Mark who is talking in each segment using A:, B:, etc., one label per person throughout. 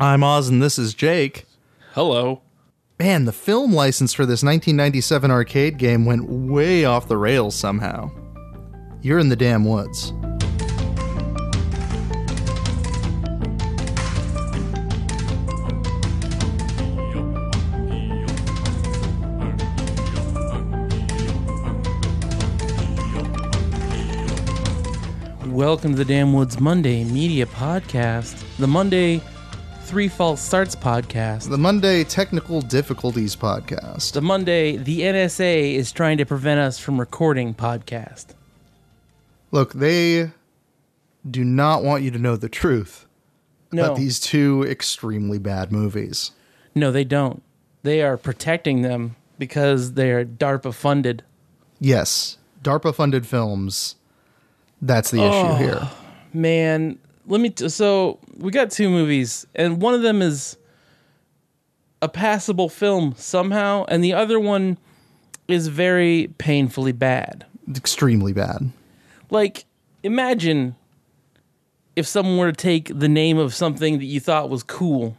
A: I'm Oz and this is Jake.
B: Hello.
A: Man, the film license for this 1997 arcade game went way off the rails somehow. You're in the damn woods.
B: Welcome to the Damn Woods Monday Media Podcast, the Monday Three False Starts Podcast,
A: The Monday Technical Difficulties Podcast.
B: the Monday the NSA is trying to prevent us from recording podcast.
A: Look, they do not want you to know the truth
B: No,
A: about these two extremely bad movies.
B: no, they don't. They are protecting them because they are DARPA funded.
A: Yes, DARPA funded films. That's the issue here.
B: Man, let me. T- so we got two movies, and one of them is a passable film somehow, and the other one is very painfully bad.
A: Extremely bad.
B: Like, imagine if someone were to take the name of something that you thought was cool.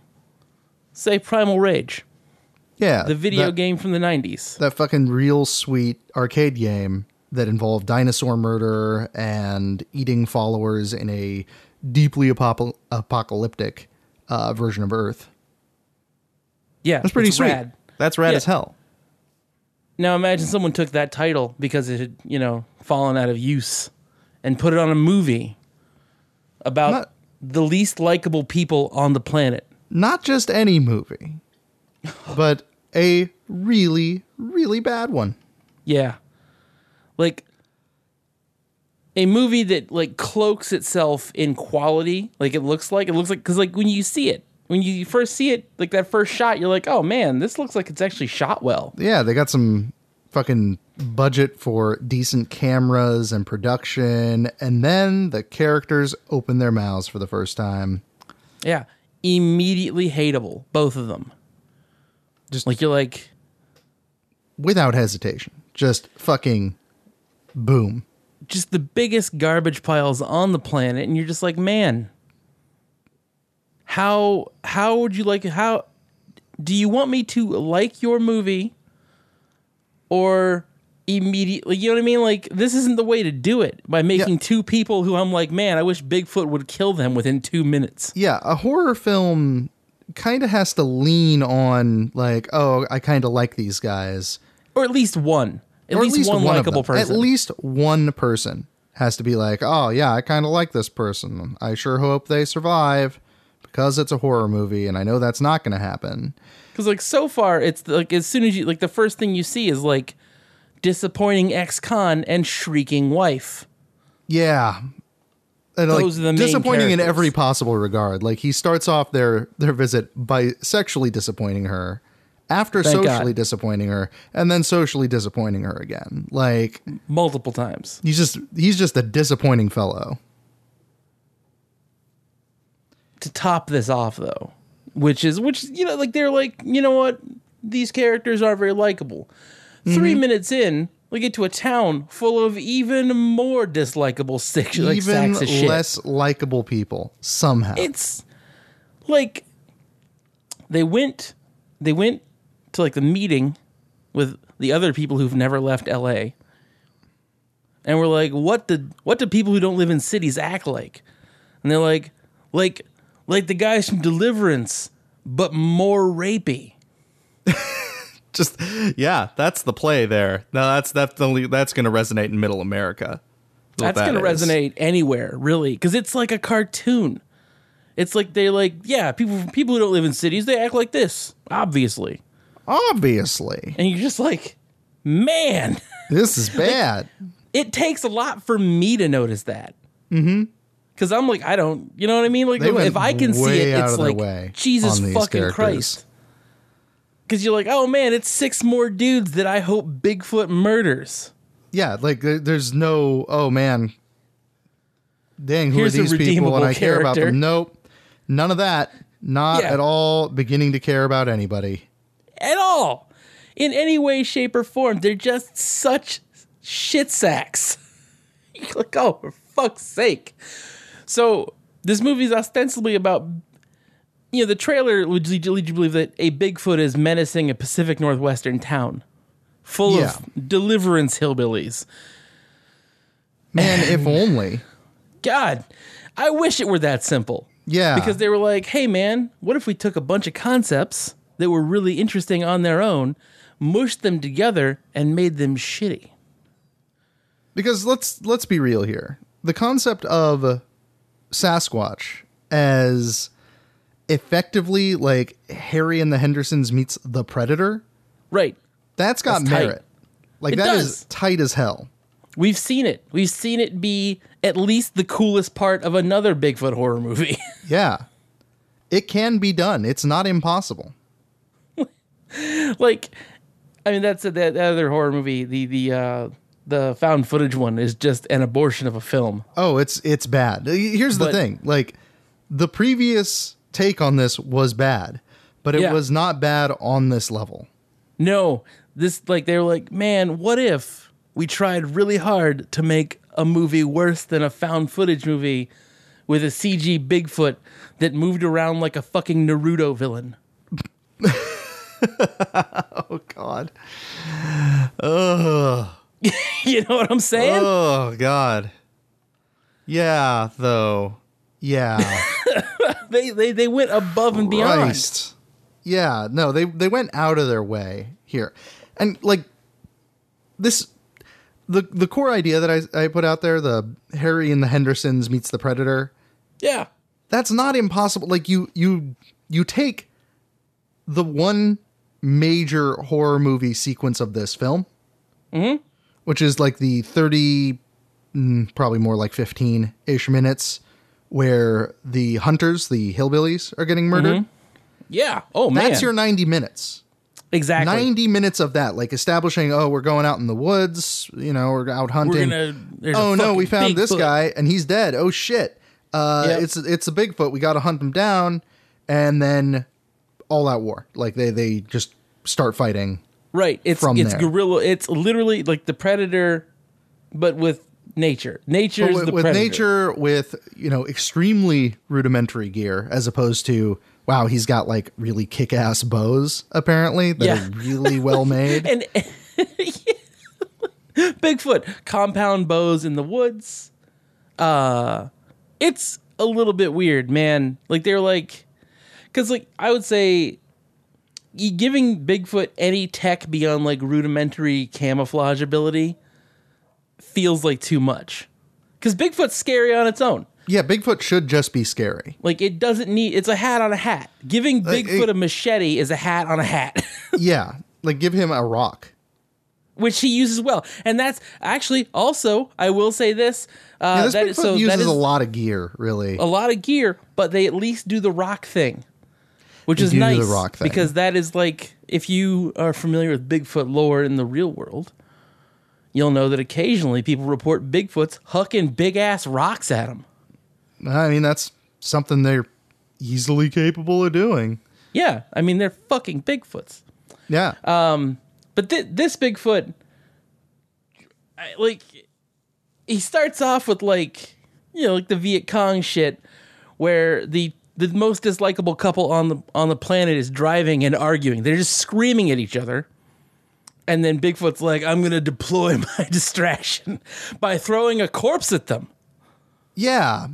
B: Say Primal Rage,
A: Yeah.
B: the video
A: that-
B: game from the 90s.
A: that fucking real sweet arcade game that involved dinosaur murder and eating followers in a deeply apopo- apocalyptic uh, version of Earth.
B: Yeah,
A: That's pretty
B: it's
A: sweet.
B: rad.
A: That's rad
B: Yeah.
A: as hell.
B: Now imagine someone took that title because it had, you know, fallen out of use and put it on a movie about
A: Not-
B: the least likable people on the planet.
A: Not just any movie, but a really, really bad one.
B: Yeah. Like a movie that like cloaks itself in quality. Like it looks like it looks like cuz like when you see it, when you first see it, like that first shot, you're like, "Oh man, this looks like it's actually shot well."
A: Yeah, they got some fucking budget for decent cameras and production, and then the characters open their mouths for the first time.
B: Yeah. Immediately hateable, both of them.
A: Just-
B: like you're like,
A: without hesitation. Just fucking boom.
B: just the biggest garbage piles on the planet and you're just like man how how would you like how do you want me to like your movie or immediately you know what i mean like this isn't the way to do it by making two people who i'm like man i wish bigfoot would kill them within two minutes
A: Yeah, a horror film kind of has to lean on like, oh, I kind of like these guys,
B: or at least one at,
A: or
B: least, one,
A: of
B: likable
A: them.
B: person
A: At least one person has to be like, oh yeah, I kind of like this person. I sure hope they survive because it's a horror movie, and I know that's not going to happen.
B: Because like so far, it's like as soon as you like the first thing you see is like disappointing ex-con and shrieking wife.
A: Yeah. And like,
B: Those are the main
A: disappointing in
B: characters.
A: every possible regard. Like he starts off their their visit by sexually disappointing her, after
B: Thank
A: socially
B: God.
A: disappointing her, and then socially disappointing her again. Like
B: multiple times.
A: he's just he's just a disappointing fellow.
B: To top this off though, which is which you know like they're like you know what these characters aren't very likable. Three
A: Mm-hmm.
B: minutes in, we get to a town full of even more dislikable sick like
A: Even
B: sacks of shit.
A: less likable people somehow.
B: it's like they went they went to like the meeting with the other people who've never left LA and we're like what did what do people who don't live in cities act like and they're like like like the guys from Deliverance but more rapey
A: just yeah, that's the play there. No, that's definitely that's going to resonate in Middle America.
B: that's gonna resonate anywhere really because it's like a cartoon it's like they're like yeah people people who don't live in cities they act like this obviously
A: Obviously,
B: and you're just like man
A: this is bad.
B: it takes a lot for me to notice that. Mm-hmm. Because I'm like, I don't, you know what I mean? Like,
A: They went
B: if I can see
A: way
B: it,
A: out
B: it's
A: of their
B: like
A: way
B: Jesus
A: on these
B: fucking
A: characters.
B: Christ. Because you're like, oh man, it's six more dudes that I hope Bigfoot murders.
A: yeah, like there, there's no oh man, dang, who
B: Here's
A: are
B: a
A: these people?
B: redeemable
A: And I care about
B: character.
A: them. Nope, none of that. Not
B: Yeah.
A: at all beginning to care about anybody.
B: at all, in any way, shape, or form. They're just such shit sacks. You're like, oh, for fuck's sake. So this movie is ostensibly about you know, the trailer would lead you lead you to believe that a Bigfoot is menacing a Pacific Northwestern town full
A: Yeah.
B: of deliverance hillbillies.
A: Man, if only.
B: God, I wish it were that simple.
A: Yeah.
B: Because they were like, hey, man, what if we took a bunch of concepts that were really interesting on their own, mushed them together, and made them shitty?
A: because let's let's be real here. The concept of Sasquatch as effectively like Harry and the Hendersons meets the Predator,
B: Right.
A: that's got
B: That's tight.
A: merit. Like
B: It
A: that is
B: does.
A: tight as hell.
B: We've seen it. We've seen it be at least the coolest part of another Bigfoot horror movie.
A: Yeah. It can be done. It's not impossible.
B: like, I mean, that's that, that other horror movie, the the uh, the found footage one, is just an abortion of a film.
A: Oh, it's it's bad. Here's the
B: But-
A: thing. Like the previous take on this was bad, but it
B: Yeah.
A: was not bad on this level.
B: No, this like they were like, man, what if we tried really hard to make a movie worse than a found footage movie with a CG Bigfoot that moved around like a fucking Naruto villain?
A: Oh god.
B: you know what I'm saying?
A: Oh god. Yeah, though. Yeah.
B: they, they they went above and beyond.
A: Uh, Christ. Yeah, no, they they went out of their way here. And like this the the core idea that I I put out there, the Harry and the Hendersons meets the Predator,
B: Yeah.
A: that's not impossible. Like you you you take the one major horror movie sequence of this film,
B: Mm-hmm.
A: which is like the thirty, mm, probably more like fifteen ish minutes, where the hunters, the hillbillies, are getting murdered.
B: Mm-hmm. Yeah. Oh man.
A: That's your ninety minutes.
B: exactly.
A: 90 minutes of that, like establishing, oh, we're going out in the woods, you know, we're out
B: We're
A: hunting
B: gonna. there's a
A: oh no, we
B: fucking
A: found this
B: Bigfoot.
A: guy and he's dead. Oh shit. Uh,
B: Yep.
A: It's it's a Bigfoot. We got to hunt him down, and then all out war. Like they they just start fighting.
B: Right. It's
A: from
B: it's
A: there.
B: gorilla. It's literally like the predator, but with nature. Nature's
A: with
B: the
A: with
B: predator.
A: nature, with you know, extremely rudimentary gear, as opposed to wow, he's got like really kick ass bows apparently that
B: Yeah.
A: are really well made.
B: and Bigfoot compound bows in the woods. Uh it's a little bit weird, man. Like they're like cuz like I would say you giving Bigfoot any tech beyond like rudimentary camouflage ability feels like too much. Cuz Bigfoot's scary on its own.
A: yeah, Bigfoot should just be scary.
B: Like it doesn't need it's a hat on a hat. Giving Bigfoot
A: it-
B: a machete is a hat on a hat.
A: Yeah, like give him a rock.
B: which he uses well. And that's actually also I will say this. Uh,
A: Yeah, this
B: that
A: Bigfoot
B: is, so
A: uses
B: that is
A: a lot of gear, really.
B: a lot of gear, but they at least do the rock thing, which is
A: do do the
B: nice
A: rock thing.
B: because that is like if you are familiar with Bigfoot lore in the real world, you'll know that occasionally people report Bigfoots hucking big ass rocks at them.
A: I mean, that's something they're easily capable of doing.
B: Yeah, I mean they're fucking Bigfoots.
A: Yeah.
B: Um, But th- this Bigfoot, I, like, he starts off with like, you know, like the Viet Cong shit, where the the most dislikable couple on the on the planet is driving and arguing. They're just screaming at each other. And then Bigfoot's like, I'm gonna deploy my distraction by throwing a corpse at them.
A: yeah.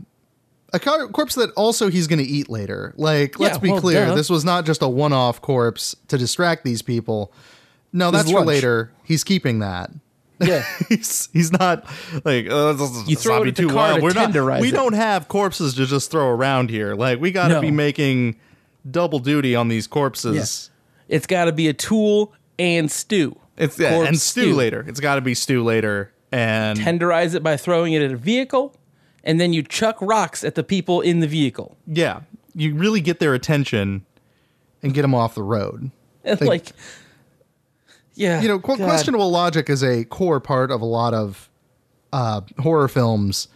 A: A cor- corpse that also he's going to eat later. Like, let's
B: Yeah,
A: be
B: well,
A: clear.
B: duh.
A: This was not just a one off corpse to distract these people. No, that's for
B: lunch.
A: later. He's keeping that.
B: Yeah.
A: He's, he's not like uh, this is- this
B: throw
A: might
B: it
A: be
B: at the car to
A: We're not.
B: tenderize
A: We
B: it.
A: don't have corpses to just throw around here. Like we got to
B: No.
A: be making double duty on these corpses.
B: it's gotta be a tool and stew.
A: It's yeah, and
B: Corpse
A: stew,
B: stew.
A: later. It's got to be stew later. And
B: Tenderize it by throwing it at a vehicle, and then you chuck rocks at the people in the vehicle.
A: Yeah, you really get their attention and get them off the road.
B: and
A: Like-
B: like, yeah
A: You know, qu-
B: God.
A: questionable logic is a core part of a lot of uh, horror films,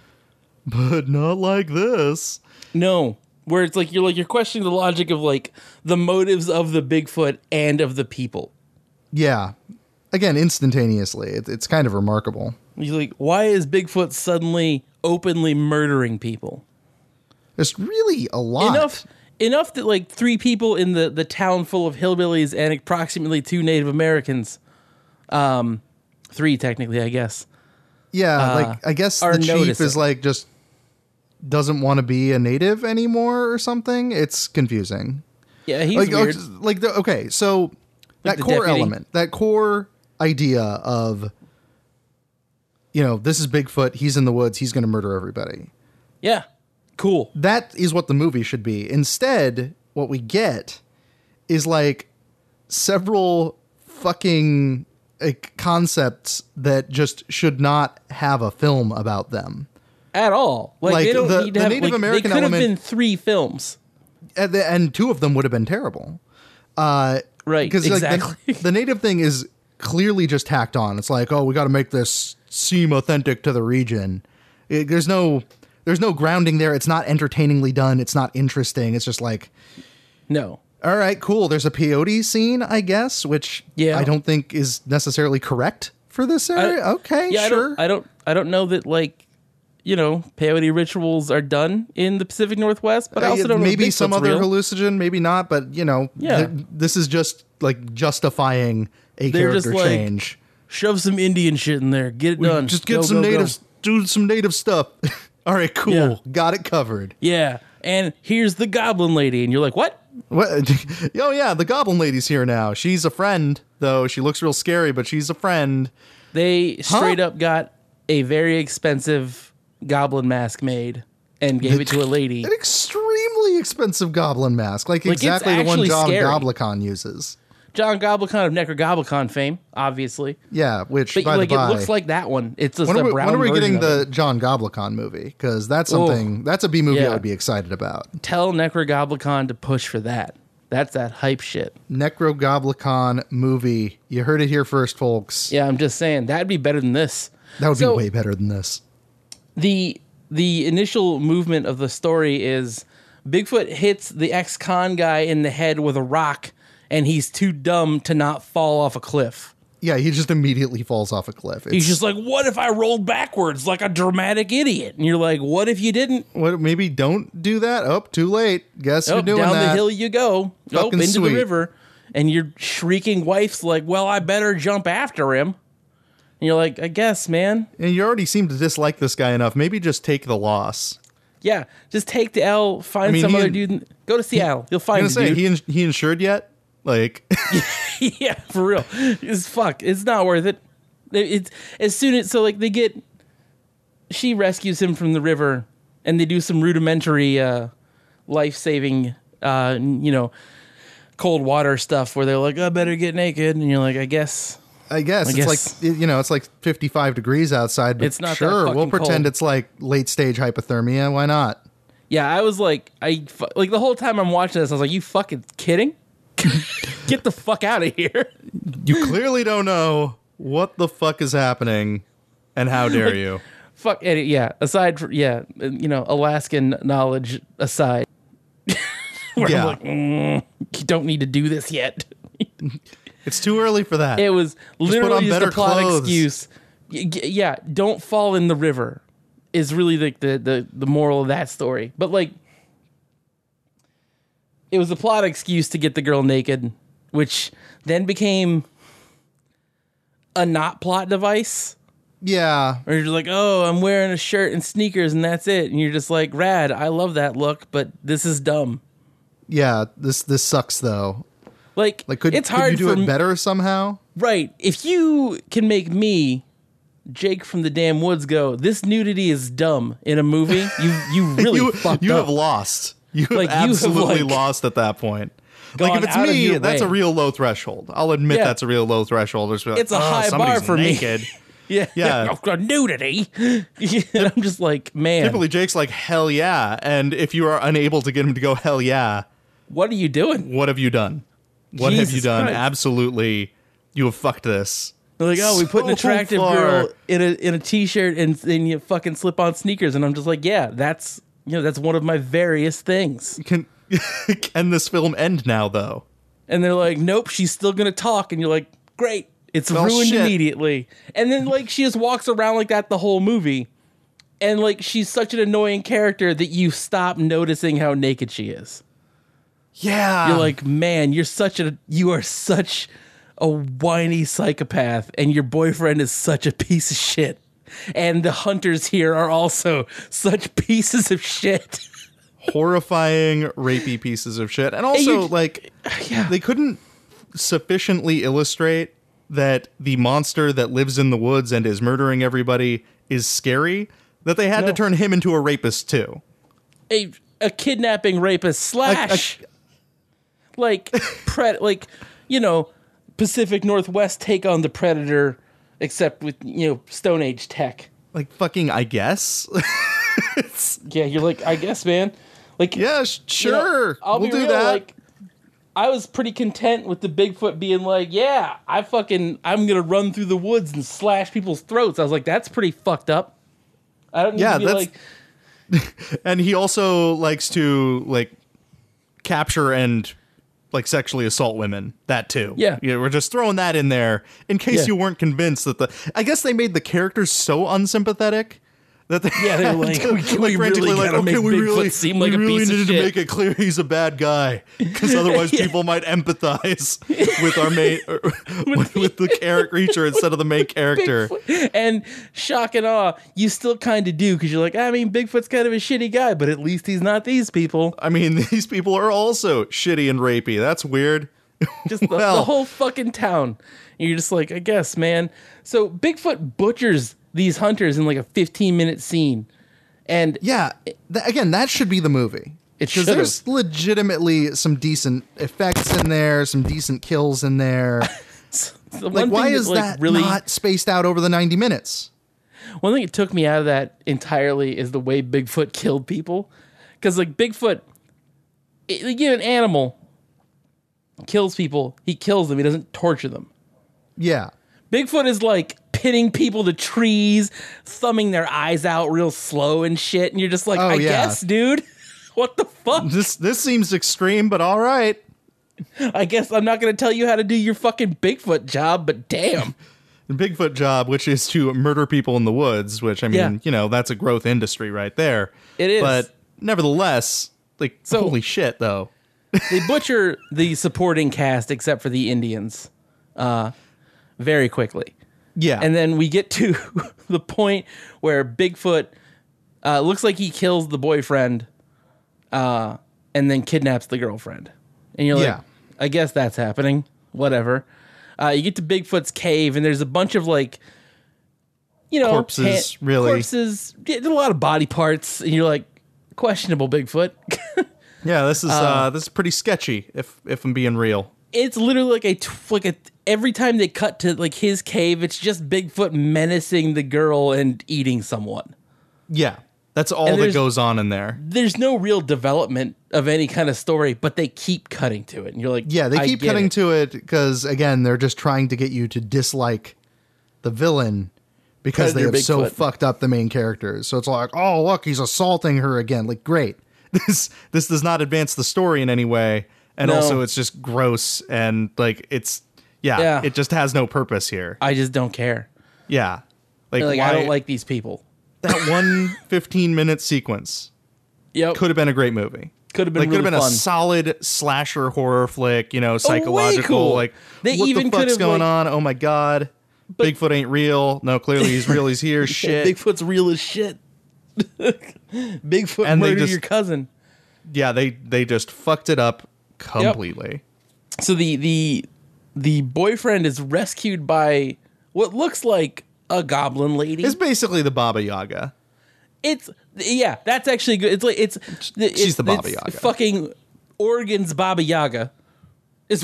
A: but not like this.
B: no where it's like you're like you're questioning the logic of like the motives of the bigfoot and of the people
A: Yeah, again, instantaneously, it, it's kind of remarkable.
B: you're like why is bigfoot suddenly openly murdering people
A: There's really a lot.
B: enough enough that like three people in the the town full of hillbillies and approximately two Native Americans, um, three technically, I guess.
A: Yeah, like I guess
B: are
A: the chief is
B: noticing.
A: like just doesn't want to be a native anymore or something. It's confusing.
B: Yeah, he's
A: Like, oh,
B: weird.
A: just- like the, okay, so that
B: the
A: core
B: deputy.
A: element, that core idea of you know, this is Bigfoot, he's in the woods, he's going to murder everybody.
B: yeah, cool.
A: That is what the movie should be. Instead, what we get is like several fucking like, concepts that just should not have a film about them.
B: At all, like,
A: Like,
B: they don't
A: the-
B: need
A: the
B: to have.
A: Native
B: like,
A: American
B: they could
A: element-
B: have been three films.
A: and, the- and two of them would have been terrible. Uh,
B: Right,
A: like
B: exactly.
A: the, the native thing is clearly just tacked on. It's like, oh, we got to make this seem authentic to the region. It- there's no, there's no grounding there. It's not entertainingly done. It's not interesting. It's just like,
B: No,
A: all right, cool. There's a peyote scene, I guess, which
B: Yeah.
A: I don't think is necessily correct for this area. okay,
B: yeah,
A: sure.
B: I don't, I don't, I don't know that like, you know, peyote rituals are done in the Pacific Northwest, but I also
A: Uh,
B: don't know if
A: maybe some
B: Bigfoot's
A: other
B: real.
A: hallucinogen, maybe not, but you know,
B: Yeah.
A: th- this is just like justifying a
B: They're just
A: character
B: like,
A: change.
B: Shove some Indian shit in there. Get it done.
A: Just get
B: Go,
A: some
B: go, go.
A: native, do some native stuff. All right, cool,
B: Yeah.
A: got it covered.
B: Yeah, and here's the Goblin Lady, and you're like, what?
A: What? oh yeah, the goblin lady's here now. She's a friend, though. She looks real scary, but she's a friend.
B: They straight up got a very expensive goblin mask made and gave it to a lady.
A: An extremely expensive goblin mask, like,
B: it's
A: exactly the one
B: actually
A: John
B: scary.
A: Goblicon uses.
B: John Goblicon of Necrogoblicon fame, obviously.
A: Yeah, which
B: But
A: by
B: like
A: the
B: it
A: by,
B: looks like that one. It's just
A: when
B: a
A: are we,
B: brown
A: when are we
B: version
A: getting
B: of it.
A: the John Goblicon movie? Because that's something that's a B movie I
B: Yeah.
A: would be excited about.
B: tell Necrogoblicon to push for that. That's that hype shit.
A: Necrogoblicon movie. You heard it here first, folks.
B: Yeah, I'm just saying that'd be better than this.
A: That would
B: So-
A: be way better than this.
B: the The initial movement of the story is Bigfoot hits the ex-con guy in the head with a rock, and he's too dumb to not fall off a cliff.
A: Yeah, he just immediately falls off a cliff. It's,
B: He's just like, "What if I rolled backwards like a dramatic idiot?" And you're like, "What if you didn't?"
A: what, maybe don't do that. Oh, too late. Guess
B: Oh,
A: you're doing
B: down
A: that.
B: the hill you go. Oh,
A: Fucking
B: into
A: sweet.
B: the river, and your shrieking wife's like, "Well, I better jump after him." And you're like, "I guess, man."
A: And you already seem to dislike this guy enough. Maybe just take the loss.
B: Yeah, just take the L, find
A: mean,
B: some
A: he
B: other
A: and-
B: dude. And, go to Seattle. You'll find
A: I'm
B: the
A: gonna say
B: dude.
A: he ins- he insured yet? Like
B: yeah, for real. It's fuck. It's not worth it. It- It's as soon as so like they get, she rescues him from the river, and they do some rudimentary, uh, life saving, uh, you know, cold water stuff where they're like, I better get naked, and you're like, I guess
A: I guess it's
B: guess.
A: like you know it's like 55 degrees outside. But
B: It's not that
A: sure. we'll
B: fucking
A: pretend
B: cold.
A: it's like late stage hypothermia. Why not?
B: Yeah, I was like, I fu- like the whole time I'm watching this, I was like, you fucking kidding? Get the fuck out of here!
A: You clearly don't know what the fuck is happening, and how dare you?
B: Fuck and it. Yeah, aside from yeah, you know, Alaskan knowledge aside, where
A: Yeah.
B: I'm like, mm, you don't need to do this yet.
A: It's too early for that.
B: It was
A: on
B: literally just,
A: better
B: a plot
A: clothes.
B: excuse. Y- y- Yeah, don't fall in the river is really like the, the the moral of that story. But like, it was a plot excuse to get the girl naked, which then became a not plot device.
A: yeah,
B: Or you're like, oh, I'm wearing a shirt and sneakers, and that's it. And you're just like, rad, I love that look, but this is dumb.
A: yeah. This this sucks though.
B: Like,
A: Like could
B: it's
A: could
B: hard
A: you do
B: for
A: it
B: me-
A: better somehow?
B: Right. If you can make me, Jake from the damn woods, go, this nudity is dumb in a movie, you you really
A: you,
B: fucked
A: you
B: up.
A: have lost. You have
B: Like, you have,
A: absolutely
B: like,
A: lost at that point. Like
B: gone
A: if it's
B: out of
A: me,
B: your
A: that's a
B: way.
A: real low threshold. I'll admit
B: Yeah.
A: that's a real low threshold. It's, "Oh,
B: It's a high bar for me.
A: naked.
B: yeah.
A: yeah.
B: Oh, nudity. and I'm just like, man,
A: Typically, Jake's like hell yeah, and if you are unable to get him to go hell yeah,
B: what are you doing?
A: what have you done? What have you
B: Jesus
A: done?
B: Christ.
A: Absolutely, you have fucked this.
B: They're like, oh, we put an
A: So
B: attractive
A: far.
B: girl in a in a t-shirt and then you fucking slip on sneakers, and I'm just like, yeah, that's you know, that's one of my various things.
A: Can can this film end now though?
B: And they're like, nope, she's still gonna talk, and you're like, great, it's ruined
A: shit.
B: immediately. And then like she just walks around like that the whole movie, and like she's such an annoying character that you stop noticing how naked she is.
A: Yeah.
B: You're
A: Ah.
B: like, man, you're such a you are such a whiny psychopath, and your boyfriend is such a piece of shit. And the hunters here are also such pieces of shit.
A: horrifying, rapey pieces of shit. And also,
B: you-
A: like,
B: yeah.
A: they couldn't sufficiently illustrate that the monster that lives in the woods and is murdering everybody is scary that they had to
B: No.
A: turn him into a rapist, too.
B: a a kidnapping rapist slash like pred like you know Pacific Northwest take on the predator except with you know Stone Age tech.
A: Like, fucking, I guess.
B: Yeah, you're like I guess man. Like
A: yeah, sh-
B: you know,
A: sure.
B: I'll
A: we'll
B: be
A: do
B: real,
A: that.
B: like I was pretty content with the Bigfoot being like, yeah, I fucking I'm going to run through the woods and slash people's throats. I was like that's pretty fucked up. I don't need
A: Yeah,
B: to be
A: that's-
B: like
A: and he also likes to, like, capture and. Like sexually assault women, that too.
B: Yeah.
A: yeah. We're just throwing that in there in case
B: Yeah.
A: you weren't convinced that the. I guess they made the characters so unsympathetic that they
B: yeah, they're like,
A: to-
B: we, we
A: frantically,
B: really
A: like,
B: gotta
A: okay,
B: make
A: we
B: Bigfoot
A: really,
B: seem like
A: we
B: a
A: really
B: piece
A: needed
B: of
A: to
B: shit.
A: make it clear he's a bad guy because otherwise
B: Yeah.
A: people might empathize with our main or, with, the character creature instead of the main character.
B: and shock and awe, you still kind of do because you're like, I mean, Bigfoot's kind of a shitty guy, but at least he's not these people.
A: I mean, these people are also shitty and rapey. That's weird.
B: Just the, the
A: Well.
B: whole fucking town. And you're just like, I guess, man. So Bigfoot butchers these hunters in like a 15 minute scene, and
A: Yeah, th- again, that should be the movie. because
B: It should've.
A: there's legitimately some decent effects in there, some decent kills in there.
B: the one
A: Like,
B: thing
A: why is
B: like,
A: that
B: really
A: not spaced out over the 90 minutes?
B: One thing that took me out of that entirely is the way Bigfoot killed people. Because, like, Bigfoot, it, like, you know, an animal kills people, he kills them, he doesn't torture them.
A: Yeah.
B: Bigfoot is like pinning people to trees, thumbing their eyes out real slow and shit. And you're just like,
A: Oh,
B: I
A: yeah.
B: guess, dude. What the fuck?
A: This this seems extreme, but all right.
B: I guess I'm not going to tell you how to do your fucking Bigfoot job, but damn.
A: the Bigfoot job, which is to murder people in the woods, which I mean,
B: Yeah.
A: you know, that's a growth industry right there.
B: It is.
A: But nevertheless, like
B: So-
A: holy shit though.
B: they butcher the supporting cast except for the Indians uh, very quickly.
A: Yeah.
B: And then we get to the point where Bigfoot uh, looks like he kills the boyfriend uh, and then kidnaps the girlfriend. And you're like,
A: Yeah.
B: I guess that's happening. Whatever. Uh, you get to Bigfoot's cave, and there's a bunch of like, you know,
A: Corpses, really.
B: Corpses. Yeah, there's a lot of body parts. And you're like, questionable Bigfoot.
A: yeah, this is uh, this is pretty sketchy if if I'm being real.
B: it's literally like a tw- like a every time they cut to like his cave, it's just Bigfoot menacing the girl and eating someone.
A: Yeah. That's all that
B: there's-
A: goes on in there.
B: There's no real development of any kind of story, but they keep cutting to it, and you're like,
A: Yeah, they
B: I
A: keep
B: get
A: cutting
B: it.
A: to it because again, they're just trying to get you to dislike the villain because they
B: Predator
A: have so
B: Bigfoot.
A: fucked up the main characters. So it's like, oh look, he's assaulting her again. Like, great. This this does not advance the story in any way, and
B: No.
A: also it's just gross and like it's yeah,
B: Yeah.
A: it just has no purpose here.
B: I just don't care.
A: yeah, like,
B: Like
A: why-
B: I don't like these people.
A: that one 15 minute sequence
B: Yep,
A: could have been a great movie.
B: could have been
A: Like
B: really
A: could have been a
B: fun. Oh,
A: solid slasher horror flick, you know, psychological.
B: cool.
A: Like
B: They
A: what
B: even
A: the
B: could
A: fuck's
B: have,
A: going
B: like-
A: on? Oh my god, Bigfoot ain't real. No, clearly he's real. He's here. Shit.
B: Bigfoot's real as shit. Bigfoot
A: And they
B: murdered
A: just-
B: your cousin.
A: yeah, they they just fucked it up completely.
B: so the the the boyfriend is rescued by what looks like a goblin lady.
A: It's basically the Baba Yaga.
B: It's yeah, that's actually good. It's like it's it's,
A: the Baba
B: it's
A: Yaga.
B: Fucking Oregon's Baba Yaga is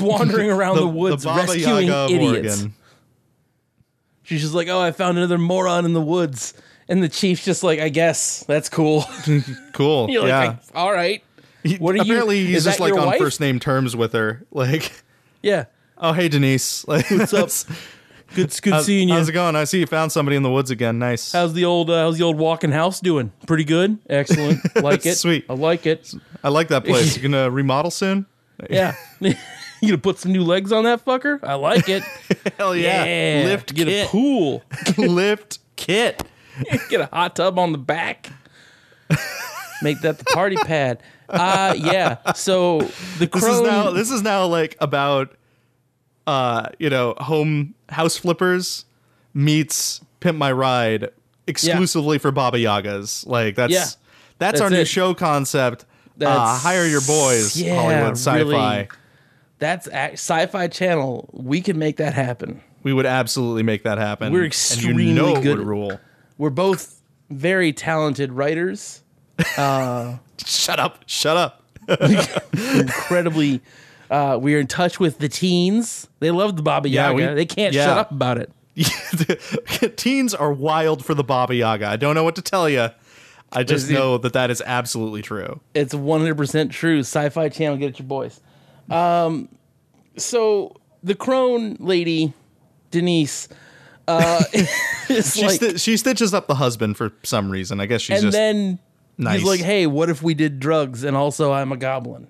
B: wandering around the, woods rescuing
A: of
B: idiots.
A: Oregon.
B: She's just like, "Oh, I found another moron in the woods," and the chief's just like, "I guess that's cool."
A: Cool.
B: You're
A: yeah.
B: like, "All right,
A: He-
B: what are you-
A: Apparently he's
B: is
A: just
B: that
A: like
B: your
A: on
B: wife?
A: first name terms with her. Like,
B: yeah,
A: oh hey Denise, like,
B: what's up?
A: that's-
B: Good, good
A: How's,
B: seeing you.
A: how's
B: How's,
A: it going? I see you found somebody in the woods again. Nice.
B: the old uh, How's the old walking house doing? Pretty good, excellent. Like it,
A: Sweet.
B: I like it.
A: I like that place. You gonna remodel soon?
B: Yeah, you gonna put some new legs on that fucker? I like it.
A: Hell yeah!
B: yeah,
A: Lift
B: get
A: kit.
B: a pool.
A: lift kit.
B: get a hot tub on the back. Make that the party pad. Uh, yeah. So the
A: This is
B: crone.
A: now this is now like about uh, you know, home house flippers meets Pimp My Ride exclusively for Baba Yagas. Like that's
B: Yeah.
A: that's,
B: That's
A: our new
B: it.
A: show concept. uh,
B: That's-
A: hire your boys,
B: yeah,
A: Hollywood sci-fi.
B: really. That's ac- Sci-Fi Channel. We can make that happen.
A: We would absolutely make that happen.
B: We're
A: and you
B: extremely
A: know It
B: good-
A: would rule.
B: We're both very talented writers.
A: Shut up! Shut up!
B: Incredibly, uh, we are in touch with the teens. They love the Baba
A: Yeah,
B: Yaga.
A: we-
B: they can't
A: yeah.
B: shut up about it.
A: Teens are wild for the Baba Yaga. I don't know what to tell you. I just
B: Listen.
A: know that that is absolutely true.
B: It's 100% true. Sci Fi Channel, get it your boys. Um, so the crone lady, Denise, uh, is
A: She,
B: like,
A: sti- she stitches up the husband for some reason. I guess she's
B: and
A: just
B: then
A: nice.
B: he's like, hey, what if we did drugs and also I'm a goblin?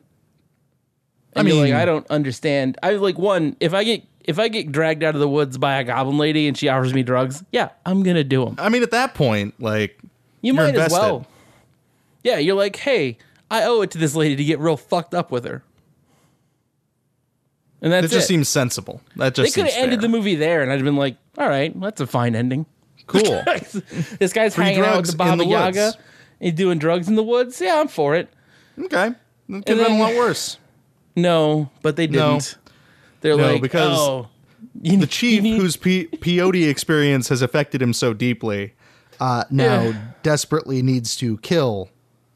B: And
A: I
B: I mean,
A: mean-
B: like, I don't understand. I like one. If I get if I get dragged out of the woods by a goblin lady and she offers me drugs, yeah, I'm gonna do them.
A: I mean, at that point, like,
B: You
A: You're
B: might
A: invested.
B: as well. Yeah, you're like, hey, I owe it to this lady to get real fucked up with her. And
A: that
B: that's
A: just
B: it.
A: seems sensible. That
B: they
A: just
B: could have
A: seems
B: ended the
A: fair.
B: movie there, and I'd have been like, all right, that's a fine ending.
A: Cool.
B: this guy's hanging out with
A: drugs
B: the
A: in
B: Baba
A: the woods.
B: Yaga and doing drugs in the woods. Yeah, I'm for it.
A: okay, that could have been
B: then-
A: a lot worse.
B: No, but they
A: No.
B: didn't. They're
A: No,
B: like,
A: because
B: oh, you-
A: The chief,
B: you need-
A: whose pe- peyote experience has affected him so deeply,
C: Uh, now
B: Yeah.
C: desperately needs to kill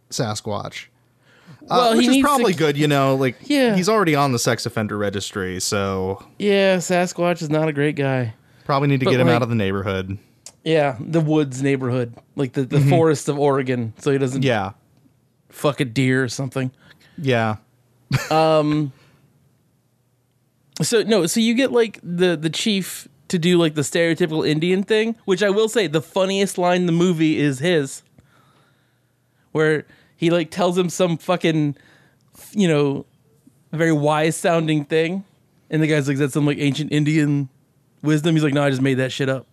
C: Sasquatch.
B: well,
A: uh, which
B: he
A: is
B: needs to-
A: probably good. You know, like,
B: Yeah.
A: he's already on the sex offender registry, so
B: yeah, Sasquatch is not a great guy.
A: probably need to get him
B: like-
A: out of the neighborhood.
B: Yeah, the woods neighborhood, like the, the forest of Oregon, so he doesn't
A: Mm-hmm. Yeah,
B: fuck a deer or something.
A: yeah.
B: So no, so you get like the the chief to do like the stereotypical Indian thing, which I will say the funniest line in the movie is his, where he like tells him some fucking, you know, very wise sounding thing, and the guy's like, "That's some like ancient Indian wisdom." He's like, "No, I just made that shit up."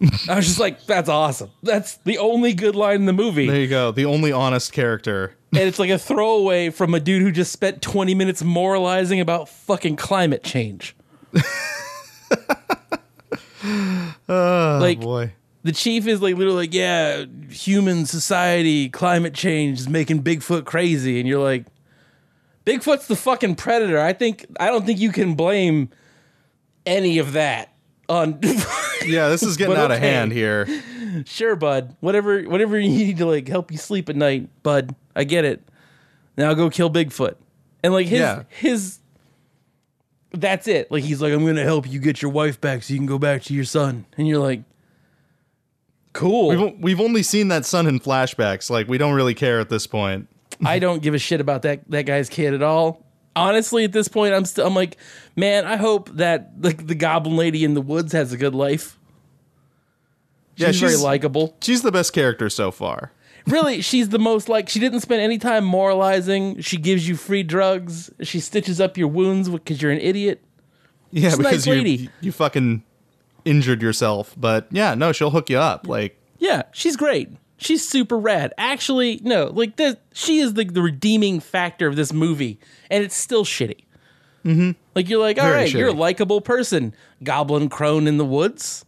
B: I was just like, "That's awesome. That's the only good line in the movie."
A: There you go. The only honest character. Oh,
B: and it's like a throwaway from a dude who just spent 20 minutes moralizing about fucking climate change. like
A: Boy.
B: the chief is like literally like, yeah, human society, climate change is making Bigfoot crazy, and you're like, Bigfoot's the fucking predator. I think I don't think you can blame any of that on.
A: Yeah, this is getting
B: But
A: out of
B: okay.
A: hand here.
B: sure, bud. Whatever, whatever you need to like help you sleep at night, bud. I get it. Now go kill Bigfoot. And like his
A: Yeah.
B: his that's it. Like he's like, I'm gonna help you get your wife back so you can go back to your son. And you're like,
A: We've,
B: cool.
A: o- we've only seen that son in flashbacks. Like, we don't really care at this point.
B: I don't give a shit about that that guy's kid at all. Honestly, at this point, I'm still I'm like, man, I hope that like the goblin lady in the woods has a good life.
A: Yeah,
B: she's very
A: she's-
B: likable.
A: She's the best character so far.
B: really she's the most like she didn't spend any time moralizing she gives you free drugs she stitches up your wounds because you're an idiot
A: Yeah,
B: a nice
A: because you,
B: lady.
A: you fucking injured yourself. But yeah, no, she'll hook you up. Like,
B: yeah she's great she's super rad actually no like this she is the, the redeeming factor of this movie and it's still shitty mm-hmm. like you're like all
C: Very
B: right, you're a
C: shitty.
B: likable person goblin crone in the woods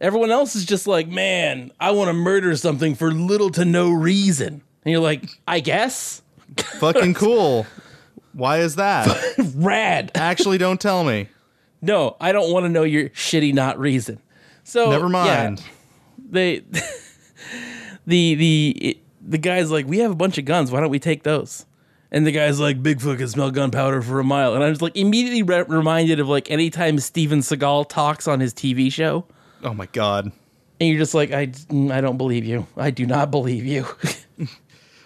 B: everyone else is just like man i want to murder something for little to no reason and you're like i guess
A: fucking cool. Why is that?
B: rad
A: Actually, don't tell me.
B: no, I don't want to know your shitty not reason. So
A: Never
B: Oh, yeah,
A: mind.
B: they the the it- the guy's like, we have a bunch of guns. Why don't we take those? And the guy's like, Bigfoot can smell gunpowder for a mile. And I was like, immediately re- reminded of like anytime Steven Seagal talks on his TV show,
A: Oh my god.
B: and you're just like, I mm, I don't believe you. I do not believe you.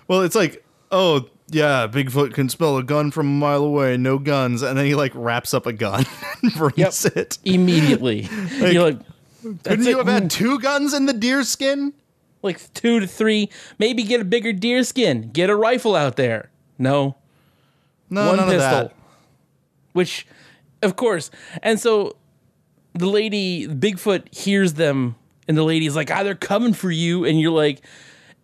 A: Well, it's like, oh yeah, Bigfoot can smell a gun from a mile away. No guns, and then he like wraps up a gun and brings it.
B: immediately, you're like,
A: Couldn't
B: That's
A: you have
B: it.
A: had two guns in the deer skin?
B: like two to three, maybe get a bigger deer skin, get a rifle out there. No,
A: No,
B: one
A: none
B: pistol.
A: of that.
B: Which, of course. And so the lady, Bigfoot, hears them, and the lady's like, ah, they're coming for you. And you're like,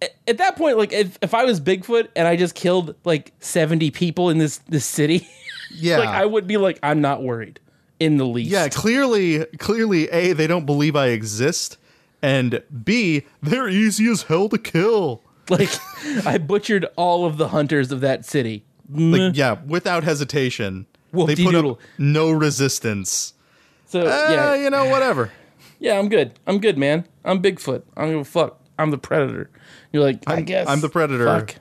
B: at- at that point, like if, if I was Bigfoot and I just killed like seventy people in this this city,
D: Yeah.
B: like I would be like, I'm not worried in the least.
A: Ah. Yeah, clearly, clearly, A, they don't believe I exist, and B, they're easy as hell to kill.
B: like I butchered all of the hunters of that city. Mm-hmm.
A: Like, yeah, without hesitation. They put
B: Whoop-de-doodle.
A: up no resistance.
B: So
A: Uh,
B: yeah,
A: you know, whatever.
B: yeah, I'm good. I'm good, man. I'm Bigfoot. I don't give a fuck. I'm the predator. You're like, i
A: I'm-
B: guess
A: I'm the predator.
B: Fuck.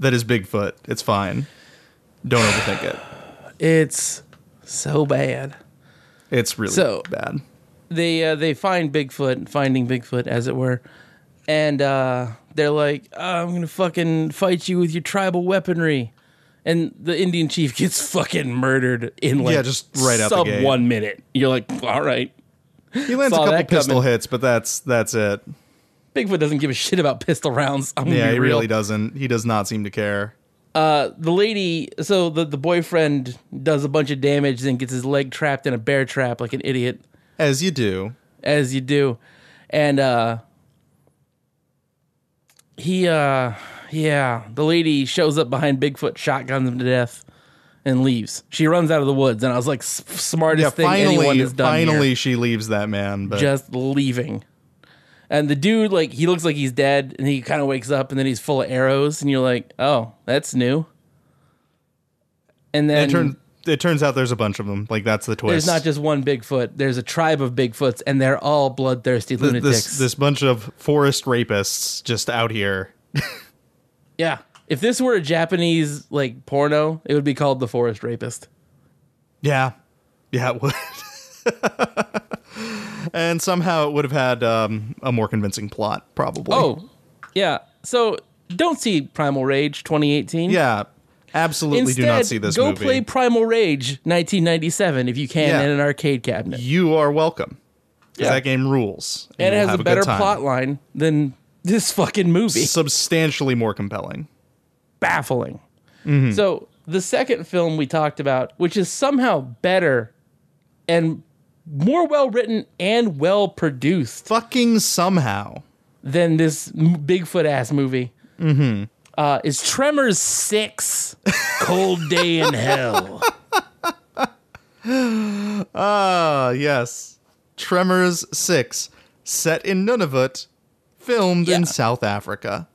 A: That is Bigfoot. It's fine. Don't overthink it.
B: It's so bad.
A: It's really
B: So-
A: bad.
B: they uh, they find Bigfoot, finding Bigfoot as it were, and uh, they're like, "Ah, "I'm gonna fucking fight you with your tribal weaponry," and the Indian chief gets fucking murdered in like
A: Yeah, just right out
B: sub
A: the gate.
B: one minute. You're like, "All right."
A: He lands
B: Saw
A: a couple
B: that coming.
A: pistol hits, but that's that's it.
B: Bigfoot doesn't give a shit about pistol rounds. I'm gonna
A: Yeah,
B: be
A: he
B: real. Uh,
A: really doesn't. He does not seem to care.
B: the lady so the, the boyfriend does a bunch of damage then gets his leg trapped in a bear trap like an idiot
A: As you do.
B: as you do and uh he uh yeah the lady shows up behind bigfoot shotguns him to death and leaves she runs out of the woods and i was like s- smartest
A: Yeah,
B: thing anyone
A: finally,
B: has done here.
A: finally, she leaves that man. But
B: just leaving and the dude like he looks like he's dead and he kind of wakes up and then he's full of arrows and you're like oh that's new and then
A: it turns it turns out there's a bunch of them. Like that's the twist.
B: There's not just one Bigfoot. There's a tribe of Bigfoots, and they're all bloodthirsty
A: Th-
B: lunatics.
A: this this bunch of forest rapists just out here.
B: yeah. If this were a Japanese like porno, it would be called the Forest Rapist.
A: Yeah, yeah, it would. and somehow it would have had um, a more convincing plot, probably.
B: Oh, yeah. So don't see Primal Rage 2018.
A: yeah, absolutely.
B: Instead,
A: do not see this
B: go
A: movie.
B: play Primal Rage 1997 if you can
A: Yeah.
B: in an arcade cabinet,
A: you are welcome. 'Cause
B: Yeah.
A: That game rules,
B: and it
A: you'll
B: has
A: have
B: a
A: good
B: better
A: time.
B: plot line than this fucking movie.
A: substantially more compelling.
B: baffling.
A: Mm-hmm.
B: So the second film we talked about, which is somehow better and more well written and well produced
A: Fucking somehow.
B: than this m- Bigfoot ass movie,
A: Mm-hmm.
B: uh, is Tremors Six: Cold Day in Hell.
A: Ah, yes. Tremors 6, set in Nunavut, filmed in
B: Yeah.
A: South Africa.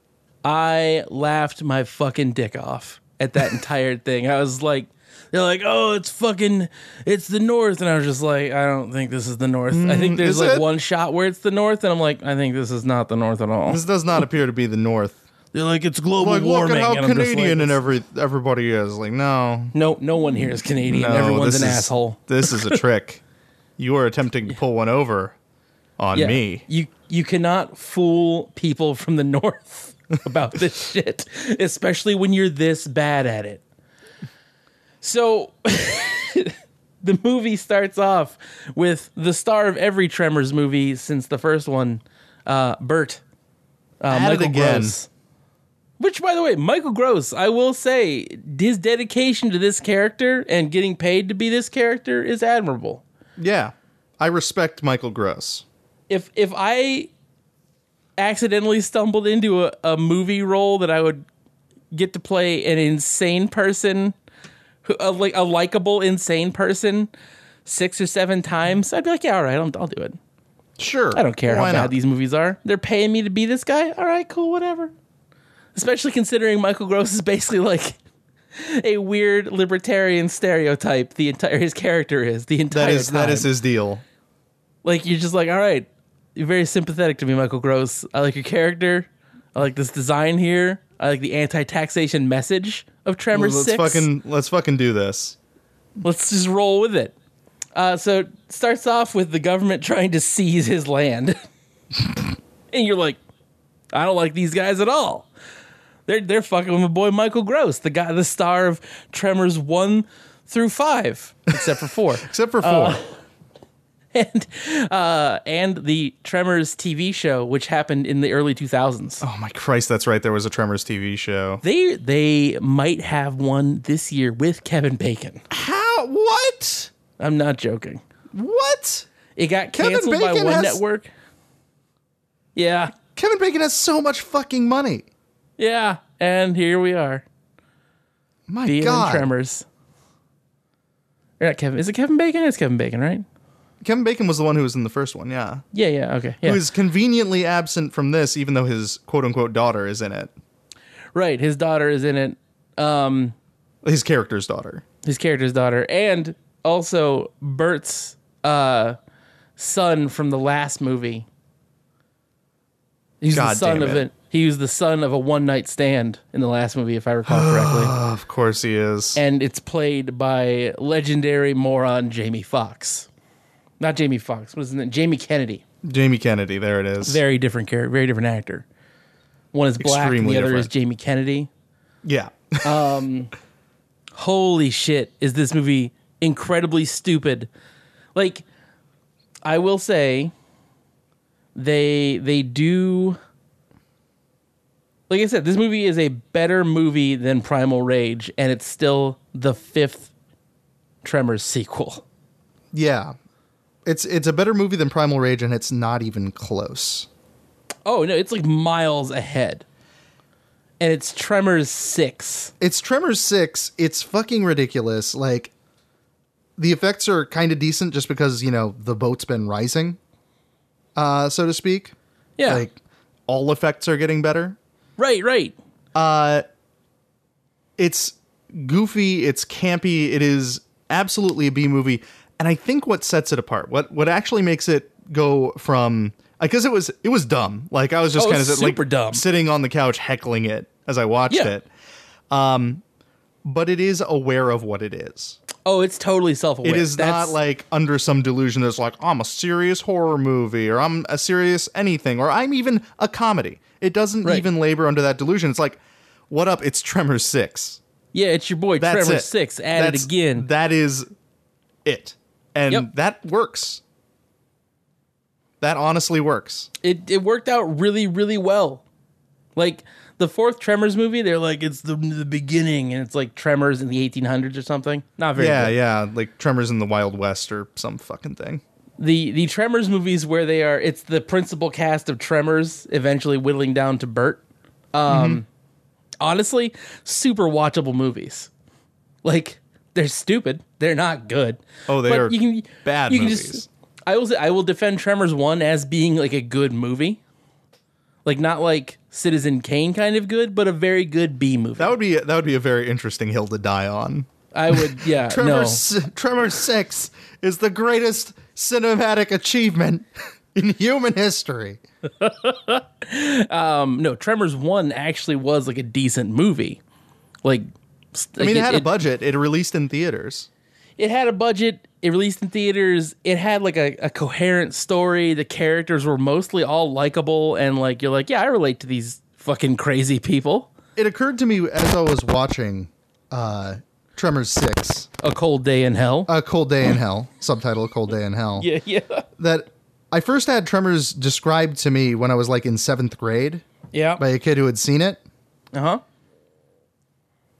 B: I laughed my fucking dick off at that entire thing. I was like, they're like, oh, it's fucking, it's the North, and I was just like, I don't think this is the North. I think there's
A: Mm, is
B: like
A: it?
B: one shot where it's the North, and I'm like, I think this is not the North at all.
A: This does not appear to be the North.
B: They're like, it's global
A: Like, look
B: warming.
A: at how
B: and I'm just
A: Canadian
B: like,
A: and every everybody is. Like, no,
B: no, no one here is Canadian.
A: no,
B: Everyone's
A: this
B: an
A: is-
B: asshole.
A: This is a trick. You are attempting to pull one over on
B: Yeah.
A: me.
B: You you cannot fool people from the north about this shit, especially when you're this bad at it. So the movie starts off with the star of every Tremors movie since the first one, uh, Bert. Uh,
A: At it again.
B: Gross. Which, by the way, Michael Gross, I will say, his dedication to this character and getting paid to be this character is admirable
A: Yeah. I respect Michael Gross.
B: if if I accidentally stumbled into a, a movie role that I would get to play an insane person, who, a, like a likable insane person, six or seven times, I'd be like, yeah, all right, I'll, I'll do it.
A: Sure.
B: I don't care
A: Why
B: how bad
A: not?
B: these movies are. They're paying me to be this guy. All right, cool, whatever. Especially considering Michael Gross is basically like a weird libertarian stereotype. The entire his character is the entire
A: That is
B: time
A: that is his deal.
B: like you're just like all right you're very sympathetic to me michael gross i like your character i like this design here i like the anti-taxation message of tremor
A: Let's
B: 6
A: fucking let's fucking do this.
B: let's just roll with it uh, so it starts off with the government trying to seize his land and you're like i don't like these guys at all they're, they're fucking with my boy michael gross the guy the star of tremors 1 through 5 except for 4
A: Except for four.
B: Uh, and uh, and the Tremors TV show, which happened in the early 2000s.
A: oh my Christ, that's right. There was a Tremors TV show.
B: They they might have one this year with Kevin Bacon.
A: How? What?
B: I'm not joking.
A: What?
B: It got
A: Kevin
B: canceled by
A: Bacon
B: one
A: has-
B: network. Yeah,
A: Kevin Bacon has so much fucking money.
B: Yeah, and here we are.
A: My
B: Being in
A: God.
B: Tremors. Or not Kevin. Is it Kevin Bacon? It's Kevin Bacon, right?
A: Kevin Bacon was the one who was in the first one, yeah.
B: Yeah, yeah, okay. Yeah.
A: Who is conveniently absent from this, even though his quote unquote daughter is in it.
B: right, his daughter is in it. Um
A: His character's daughter.
B: his character's daughter and also Bert's uh son from the last movie. He's the
A: God
B: son
A: damn
B: of
A: it.
B: it. He was the son of a one-night stand in the last movie if I recall correctly.
A: Of course he is.
B: and it's played by legendary moron Jamie Foxx. Not Jamie Foxx, was it Jamie Kennedy?
A: Jamie Kennedy, there it is.
B: Very different character, very different actor. One is black, and
A: Extremely
B: the other is
A: different.
B: Jamie Kennedy.
A: Yeah.
B: Holy shit, is this movie incredibly stupid? Like, I will say, they they do. Like I said, this movie is a better movie than Primal Rage, and it's still the fifth Tremors sequel.
A: yeah. It's it's a better movie than Primal Rage and it's not even close.
B: Oh no, it's like miles ahead. And it's Tremors six.
A: It's Tremors 6. It's fucking ridiculous. Like the effects are kind of decent just because, you know, the boat's been rising. Uh, so to speak.
B: Yeah.
A: Like all effects are getting better.
B: right, right.
A: it's goofy, it's campy, it is absolutely a B movie. And I think what sets it apart, what what actually makes it go from because it was it was dumb. Like I was just
B: Oh,
A: kind of
B: it's super
A: like
B: dumb.
A: sitting on the couch heckling it as I watched
B: Yeah.
A: it. Um but it is aware of what it is.
B: Oh, it's totally self aware.
A: It is not like under some delusion that's like, I'm a serious horror movie or I'm a serious anything or I'm even a comedy. It doesn't
B: Right.
A: even labor under that delusion. It's like, what up? It's Tremors 6.
B: Yeah, it's your boy
A: That's
B: Tremors
A: it.
B: six added
A: That's-
B: again.
A: That is it. And
B: Yep.
A: that works. That honestly works.
B: It it worked out really, really well. Like the fourth Tremors movie, they're like it's the the beginning, and it's like Tremors in the eighteen hundreds or something. Not very
A: Yeah,
B: good.
A: yeah. Like Tremors in the Wild West or some fucking thing.
B: The the Tremors movies where they are it's the principal cast of Tremors eventually whittling down to Bert.
A: Mm-hmm.
B: Um honestly, super watchable movies. Like they're stupid. They're not good.
A: Oh, they
B: But
A: are bad movies.
B: Just, I will say, I will defend Tremors 1 as being like a good movie. Like not like Citizen Kane kind of good, but a very good B movie.
A: That would be that would be a very interesting hill to die on.
B: I would yeah, no.
A: Tremors Tremors 6 is the greatest cinematic achievement in human history.
B: no, Tremors One actually was like a decent movie. Like,
A: I mean, it, had
B: it,
A: a budget. It released in theaters.
B: it had a budget. It released in theaters. It had like a, a coherent story. The characters were mostly all likable, and like you're like, yeah, I relate to these fucking crazy people.
A: It occurred to me as I was watching uh Tremors 6,
B: A cold day in hell.
A: A Cold Day in Hell, subtitle A Cold Day in Hell.
B: yeah, yeah,
A: that I first had tremors described to me when I was like in seventh grade
B: yeah.
A: by a kid who had seen it,
B: Uh huh.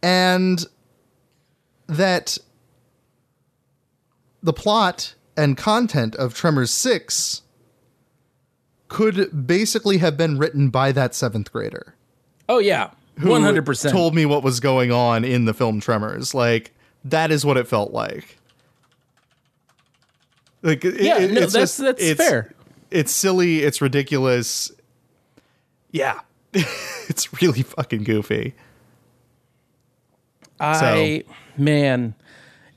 A: and that the plot and content of Tremors 6 could basically have been written by that seventh grader.
B: Oh yeah,
A: who
B: one hundred percent.
A: Told me what was going on in the film Tremors. Like, that is what it felt like. Like, it-
B: Yeah,
A: it-
B: no,
A: it's just-
B: that's that's
A: it's-
B: fair.
A: it's silly, it's ridiculous. Yeah. it's really fucking goofy.
B: I man,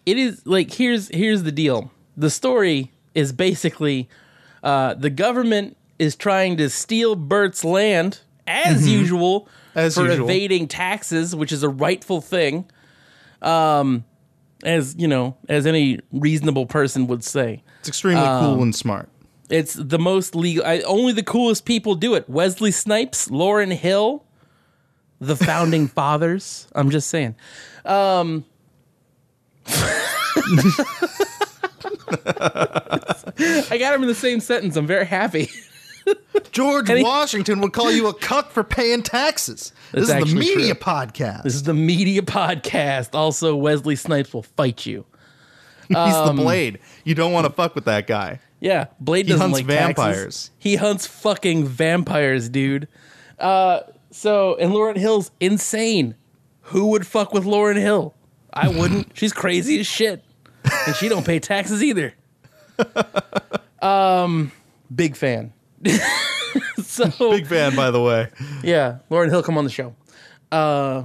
B: it is like here's here's the deal. The story is basically uh, the government is trying to steal Bert's land as usual
A: Mm-hmm. As
B: for
A: usual.
B: evading taxes, which is a rightful thing. Um, as you know, as any reasonable person would say,
A: It's extremely
B: Um,
A: cool and smart.
B: it's the most legal. I, only the coolest people do it. Wesley Snipes, Lauren Hill, the founding fathers. I'm just saying. Um, I got him in the same sentence. I'm very happy.
A: George Washington would call you a cuck for paying taxes. This is the
B: actually
A: media
B: true.
A: podcast.
B: This is the media podcast. Also, Wesley Snipes will fight you. Um,
A: He's the blade. You don't want to fuck with that guy.
B: Yeah, Blade doesn't
A: hunts
B: like taxes.
A: vampires.
B: He hunts fucking vampires, dude. Uh, so and Lauren Hill's insane. Who would fuck with Lauren Hill? I wouldn't. She's crazy as shit, and she don't pay taxes either. Um, big fan. so
A: Big fan, by the way.
B: yeah, Lauren Hill, come on the show. Uh,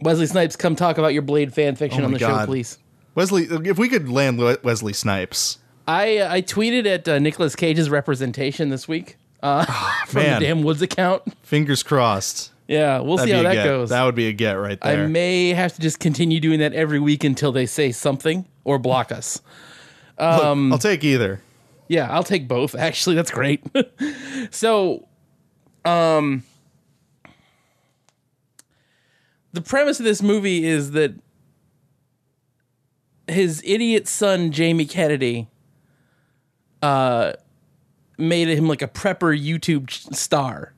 B: Wesley Snipes, come talk about your Blade fan fiction
A: Oh
B: on
A: my
B: the show,
A: God.
B: please.
A: Wesley, if we could land Le- Wesley Snipes,
B: I I tweeted at uh, Nicolas Cage's representation this week uh, from
A: man.
B: the Damn Woods account.
A: fingers crossed.
B: Yeah, we'll see
A: be
B: how
A: a
B: that
A: get.
B: goes.
A: That would be a get right
B: I
A: there.
B: may have to just continue doing that every week until they say something or block us.
A: Look, I'll take either.
B: Yeah, I'll take both. Actually, that's great. so, um, the premise of this movie is that his idiot son Jamie Kennedy, uh, made him like a prepper YouTube ch- star,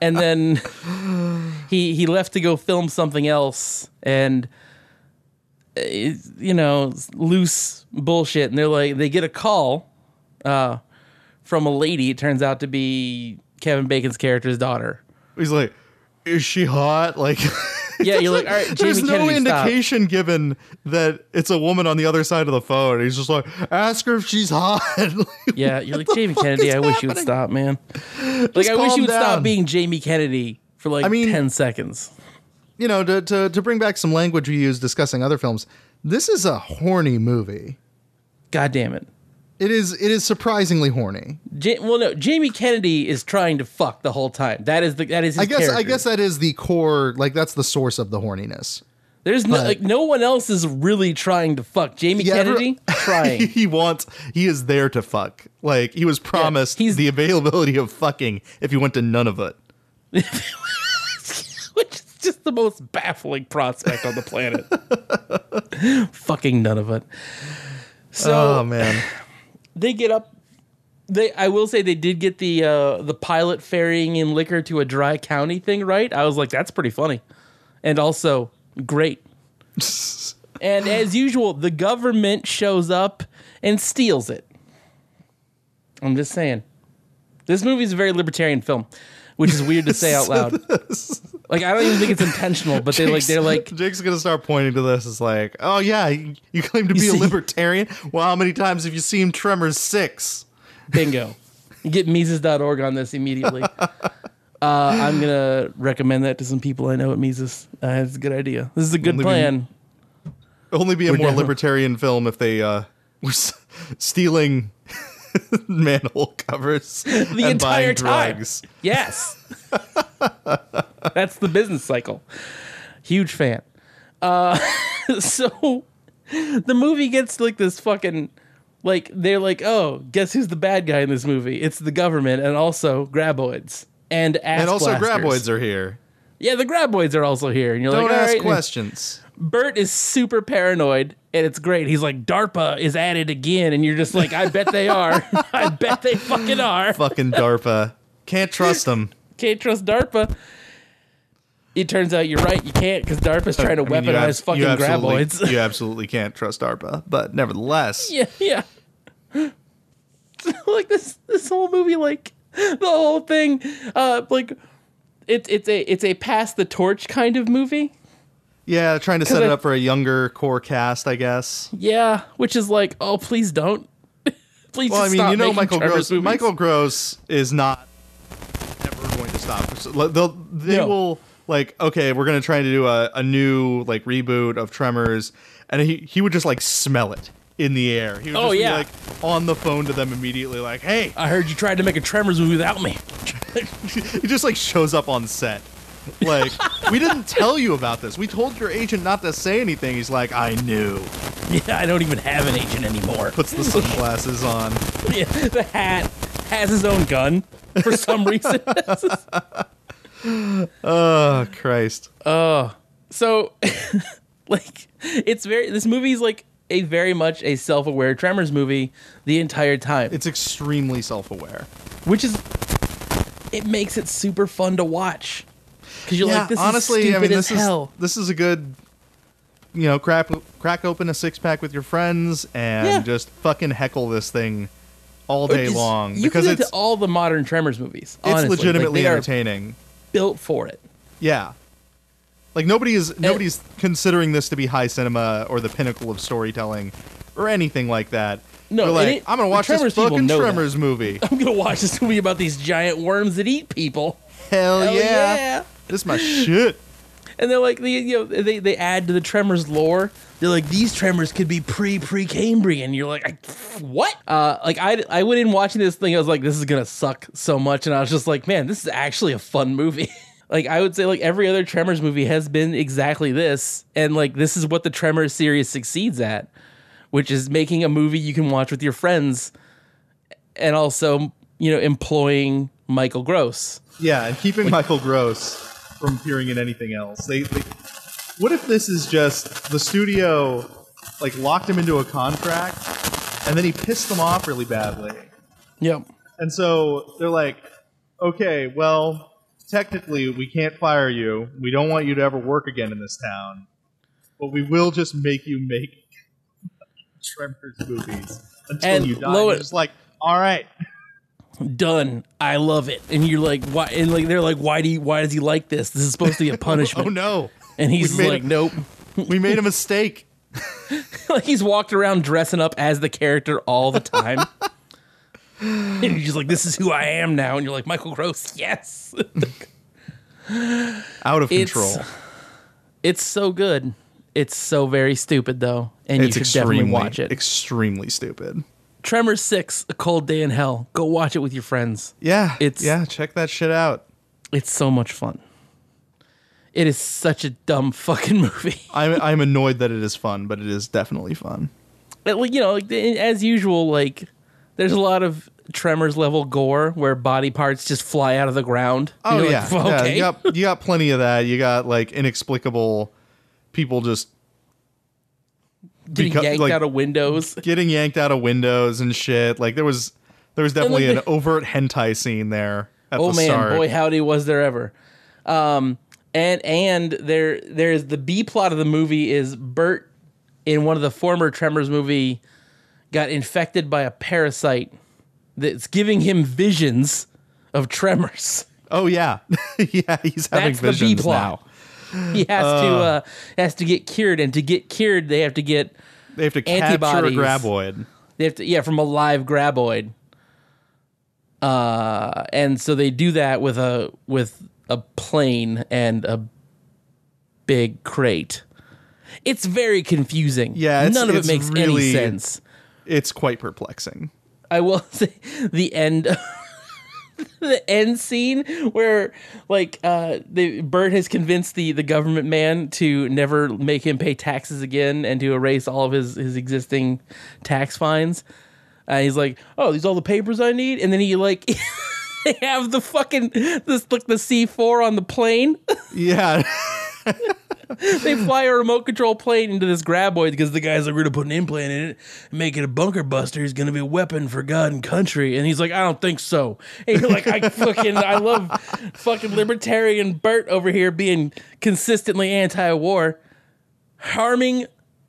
B: and then he he left to go film something else and it's, you know loose bullshit and they're like they get a call uh from a lady it turns out to be kevin bacon's character's daughter
A: He's like, is she hot? Like,
B: yeah you're like all right
A: there's
B: Jamie
A: no
B: Kennedy, stop."
A: indication given that it's a woman on the other side of the phone. He's just like, ask her if she's hot. Like,
B: yeah you're like jamie kennedy
A: is
B: i wish you would
A: happening?
B: stop man like i wish
A: calm
B: you would stop
A: down.
B: being jamie kennedy for like
E: I mean-
B: 10 seconds
E: you know, to, to, to bring back some language we use discussing other films, this is a horny movie.
B: god damn it
E: It is it is surprisingly horny.
B: Ja- well no jamie kennedy is trying to fuck the whole time that is the that is his
E: I guess I
B: character.
E: guess that is the core, like that's the source of the horniness.
B: there's no
E: but-
B: like no one else is really trying to fuck jamie
E: Yeah, every-
B: kennedy trying
A: he wants, he is there to fuck. Like, he was promised
B: he's-
A: the availability of fucking if you went to none of it.
B: which is just the most baffling prospect on the planet. Fucking none of it. So
A: Oh, man.
B: they get up. They, I will say, they did get the uh, the pilot ferrying in liquor to a dry county thing right. I was like, that's pretty funny, and also great. and as usual, the government shows up and steals it. I'm just saying, this movie is a very libertarian film, which is weird to say out loud. Like I don't even think it's intentional, but they like they're like
A: Jake's gonna start pointing to this. It's like, oh yeah, you you claim to be a
B: see-
A: libertarian. Well, how many times have you seen Tremors Six?
B: bingo. Get Mises.org on this immediately. Uh, I'm gonna recommend that to some people I know at Mises. Uh, it's a good idea. This is a good
A: Only be-
B: plan.
A: Only be a more
B: defi-
A: libertarian film if they uh, were s- stealing manhole covers
B: The
A: and buying
B: entire time.
A: drugs.
B: Yes, that's the business cycle. Huge fan. Uh, so the movie gets like this fucking like they're like oh guess who's the bad guy in this movie? It's the government and also graboids and ass
A: And also,
B: blasters.
A: graboids are here.
B: Yeah, the graboids are also here, and you're
A: Don't
B: like,
A: ask
B: "Alright."
A: questions.
B: Bert is super paranoid, and it's great. He's like, DARPA is at it again, and you're just like, I bet they are. I bet they fucking are.
A: Fucking DARPA. Can't trust them.
B: Can't trust DARPA. It turns out you're right. You can't because DARPA's trying to
A: I mean, you
B: weaponize
A: ab- you
B: fucking
A: absolutely-
B: graboids.
A: You absolutely can't trust DARPA, but nevertheless,
B: yeah, yeah. like this, this whole movie, like the whole thing, uh, like it's it's a it's a pass the torch kind of movie.
A: yeah, trying to set
B: I-
A: it up for a younger core cast, I guess.
B: Yeah, which is like, oh, please don't. please.
A: Well, I
B: just
A: mean,
B: stop
A: you know,
B: making
A: Michael
B: Trevor's
A: Gross.
B: movies.
A: Michael Gross is not ever going to stop. So, like, They'll, they
B: No.
A: will like okay, we're gonna try to do a, a new like reboot of Tremors, and he he would just like smell it in the air. He would
B: Oh,
A: just be,
B: yeah. Uh.
A: like on the phone to them immediately, like hey,
B: I heard you tried to make a Tremors movie without me.
A: he just like shows up on set. Like we didn't tell you about this. We told your agent not to say anything. He's like, I knew.
B: Yeah, I don't even have an agent anymore.
A: Puts the sunglasses on.
B: Yeah, the hat has his own gun for some reason.
A: Oh Christ.
B: so, like, it's very. This movie is like a very much a self-aware Tremors movie the entire time,
A: It's extremely self-aware.
B: which is it makes it super fun to watch because you're like, this is stupid
A: this
B: as hell.
A: is this is a good you know, crack crack open a six pack with your friends and
B: Yeah.
A: just fucking heckle this thing all
B: Or
A: day
B: just-
A: long
B: You
A: because
B: can get
A: it's
B: to all the modern Tremors
A: it's
B: movies. honestly. Like,
A: legitimately
B: they are
A: entertaining.
B: built for it.
A: Yeah. Like nobody is nobody's considering this to be high cinema or the pinnacle of storytelling or anything like that.
B: No,
A: They're
B: and
A: like
B: it-
A: I'm gonna
B: the
A: watch this
B: Tremors people
A: fucking
B: know that.
A: Tremors movie.
B: I'm gonna watch this movie about these giant worms that eat people.
A: Hell,
B: Hell
A: yeah.
B: Oh, yeah.
A: This is my shit.
B: And they're like, the, you know, they, they add to the Tremors lore. They're like, these Tremors could be pre pre Cambrian. You're like, I, what? Uh, like I I went in watching this thing. I was like, this is gonna suck so much, and I was just like, man, this is actually a fun movie. like I would say, like every other Tremors movie has been exactly this, and like this is what the Tremors series succeeds at, which is making a movie you can watch with your friends, and also you know employing Michael Gross.
A: Yeah, and keeping Michael Gross from appearing in anything else. They, they What if this is just the studio like locked him into a contract and then he pissed them off really badly.
B: Yep.
A: And so they're like, "Okay, well, technically we can't fire you. We don't want you to ever work again in this town. But we will just make you make Tremors movies until
B: And
A: you die."
B: lo-
A: You're just like, "All right,
B: done. I love it. And you're like, why? And like, they're like, why do you, why does he like this? This is supposed to be a punishment.
A: oh no.
B: And he's
A: We made
B: like,
A: a-
B: nope.
A: We made a mistake."
B: like he's walked around dressing up as the character all the time. and he's just like, this is who I am now. And you're like, Michael Gross, yes.
A: Out of
B: It's-
A: control.
B: it's so good. It's so very stupid though, and you should definitely watch it.
A: Extremely stupid.
B: Tremors Six: A Cold Day in Hell. Go watch it with your friends.
A: Yeah.
B: It's-
A: yeah. Check that shit out.
B: It's so much fun. It is such a dumb fucking movie.
A: I'm I'm annoyed that it is fun, but it is definitely fun.
B: But, like, you know, like, the- as usual, like there's a lot of Tremors level gore where body parts just fly out of the ground. And
A: Oh
B: you're
A: yeah.
B: like,
A: yeah.
B: okay.
A: You got you got plenty of that. You got like inexplicable people just
B: Getting
A: beco-
B: yanked
A: like-
B: out of windows.
A: getting yanked out of windows and shit. Like there was there was definitely
B: like,
A: an overt hentai scene there at
B: Oh
A: the
B: man,
A: start.
B: boy, howdy was there ever. Um, and and there there is the B plot of the movie is Bert in one of the former Tremors movie got infected by a parasite that's giving him visions of Tremors.
A: Oh yeah. yeah, he's having
B: That's the B
A: visions
B: plot.
A: now.
B: He has to uh, has to get cured, and to get cured, they have to get
A: They have to
B: Antibodies.
A: capture a graboid.
B: They have to, yeah, from a live graboid. Uh, and so they do that with a with a plane and a big crate. It's very confusing.
A: Yeah, it's-
B: none of it
A: it's
B: makes
A: really-
B: any sense.
A: It's quite perplexing.
B: I will say the end. the end scene where like uh the Bert has convinced the the government man to never make him pay taxes again and to erase all of his his existing tax fines. Uh, he's like, "Oh, these all the papers I need," and then he like. They have the fucking this like the C four on the plane.
A: Yeah.
B: they fly a remote control plane into this graboid because the guy's like, "We're gonna put an implant in it, and make it a bunker buster. He's gonna be a weapon for God and country." And he's like, "I don't think so." And you're like, "I fucking I love fucking libertarian Bert over here being consistently anti-war, harming,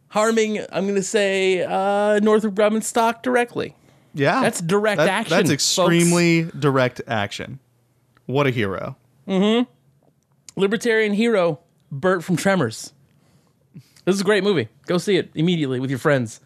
B: harming. I'm gonna say uh, Northrop Grumman stock directly.
A: Yeah.
B: That's direct action,
A: That's
B: folks.
A: extremely direct action. What a hero.
B: Libertarian hero Bert from Tremors." This is a great movie. Go see it immediately with your friends.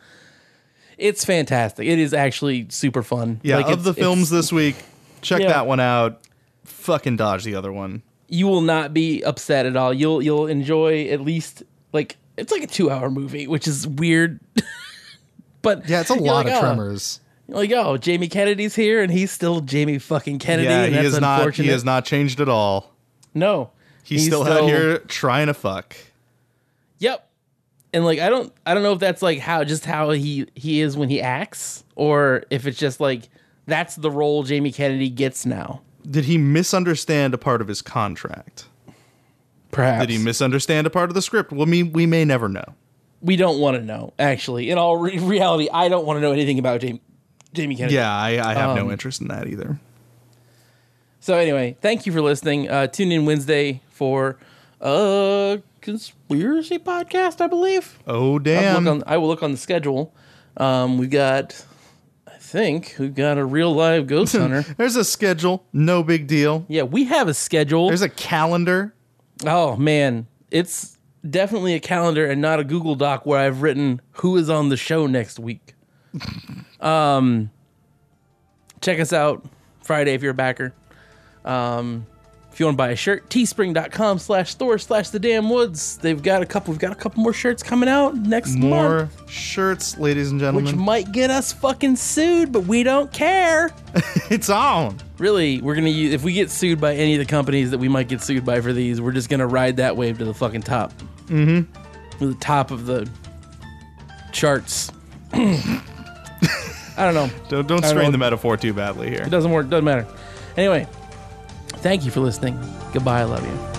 B: It's fantastic. It is actually super fun.
A: Yeah,
B: Like,
A: of
B: it's-
A: the
B: it's-
A: films this week, check
B: Yeah.
A: that one out. Fucking dodge the other one.
B: you will not be upset at all. You'll you'll enjoy at least like it's like a two hour movie, which is weird. but
F: Yeah, it's a
B: you're
F: lot
B: like,
F: of
B: oh.
F: tremors.
B: You're like oh, Jamie Kennedy's here, and he's still Jamie fucking Kennedy.
A: Yeah,
B: and
A: he
B: that's
A: is not.
B: unfortunate.
A: He has not changed at all.
B: No,
A: He's, still, out here trying to fuck.
B: Yep. And like I don't I don't know if that's like how just how he he is when he acts, or if it's just like that's the role Jamie Kennedy gets now.
A: Did he misunderstand a part of his contract?
B: Perhaps
A: Did he misunderstand a part of the script? Well, me, we may never know.
B: we don't want to know. Actually, in all re- reality, I don't want to know anything about Jamie Jamie Kennedy.
A: Yeah, I, I have
B: Um,
A: no interest in that either.
B: So anyway, thank you for listening. Uh, tune in Wednesday for uh, conspiracy podcast, I believe.
A: Oh
B: I'll
A: damn!
B: look on- I will look on the schedule. Um, we've got, I think, we've got a real live ghost hunter.
A: There's a schedule. No big deal.
B: Yeah, we have a schedule.
A: There's a calendar.
B: oh man, it's definitely a calendar and not a Google Doc where I've written who is on the show next week. um, check us out Friday if you're a backer. Um, if you want to buy a shirt, teespring.com slash store slash the damn woods. They've got a couple. We've got a couple more shirts coming out next month.
A: More shirts, ladies and
B: which
A: gentlemen.
B: might get us fucking sued, but we don't care.
A: it's on.
B: Really, we're gonna use if we get sued by any of the companies that we might get sued by for these, we're just gonna ride that wave to the fucking top. Mm-hmm. To the top of the charts. I don't know.
A: Don't, don't
B: know.
A: strain the metaphor too badly here.
B: It doesn't work. Doesn't matter. Anyway, thank you for listening. Goodbye. I love you.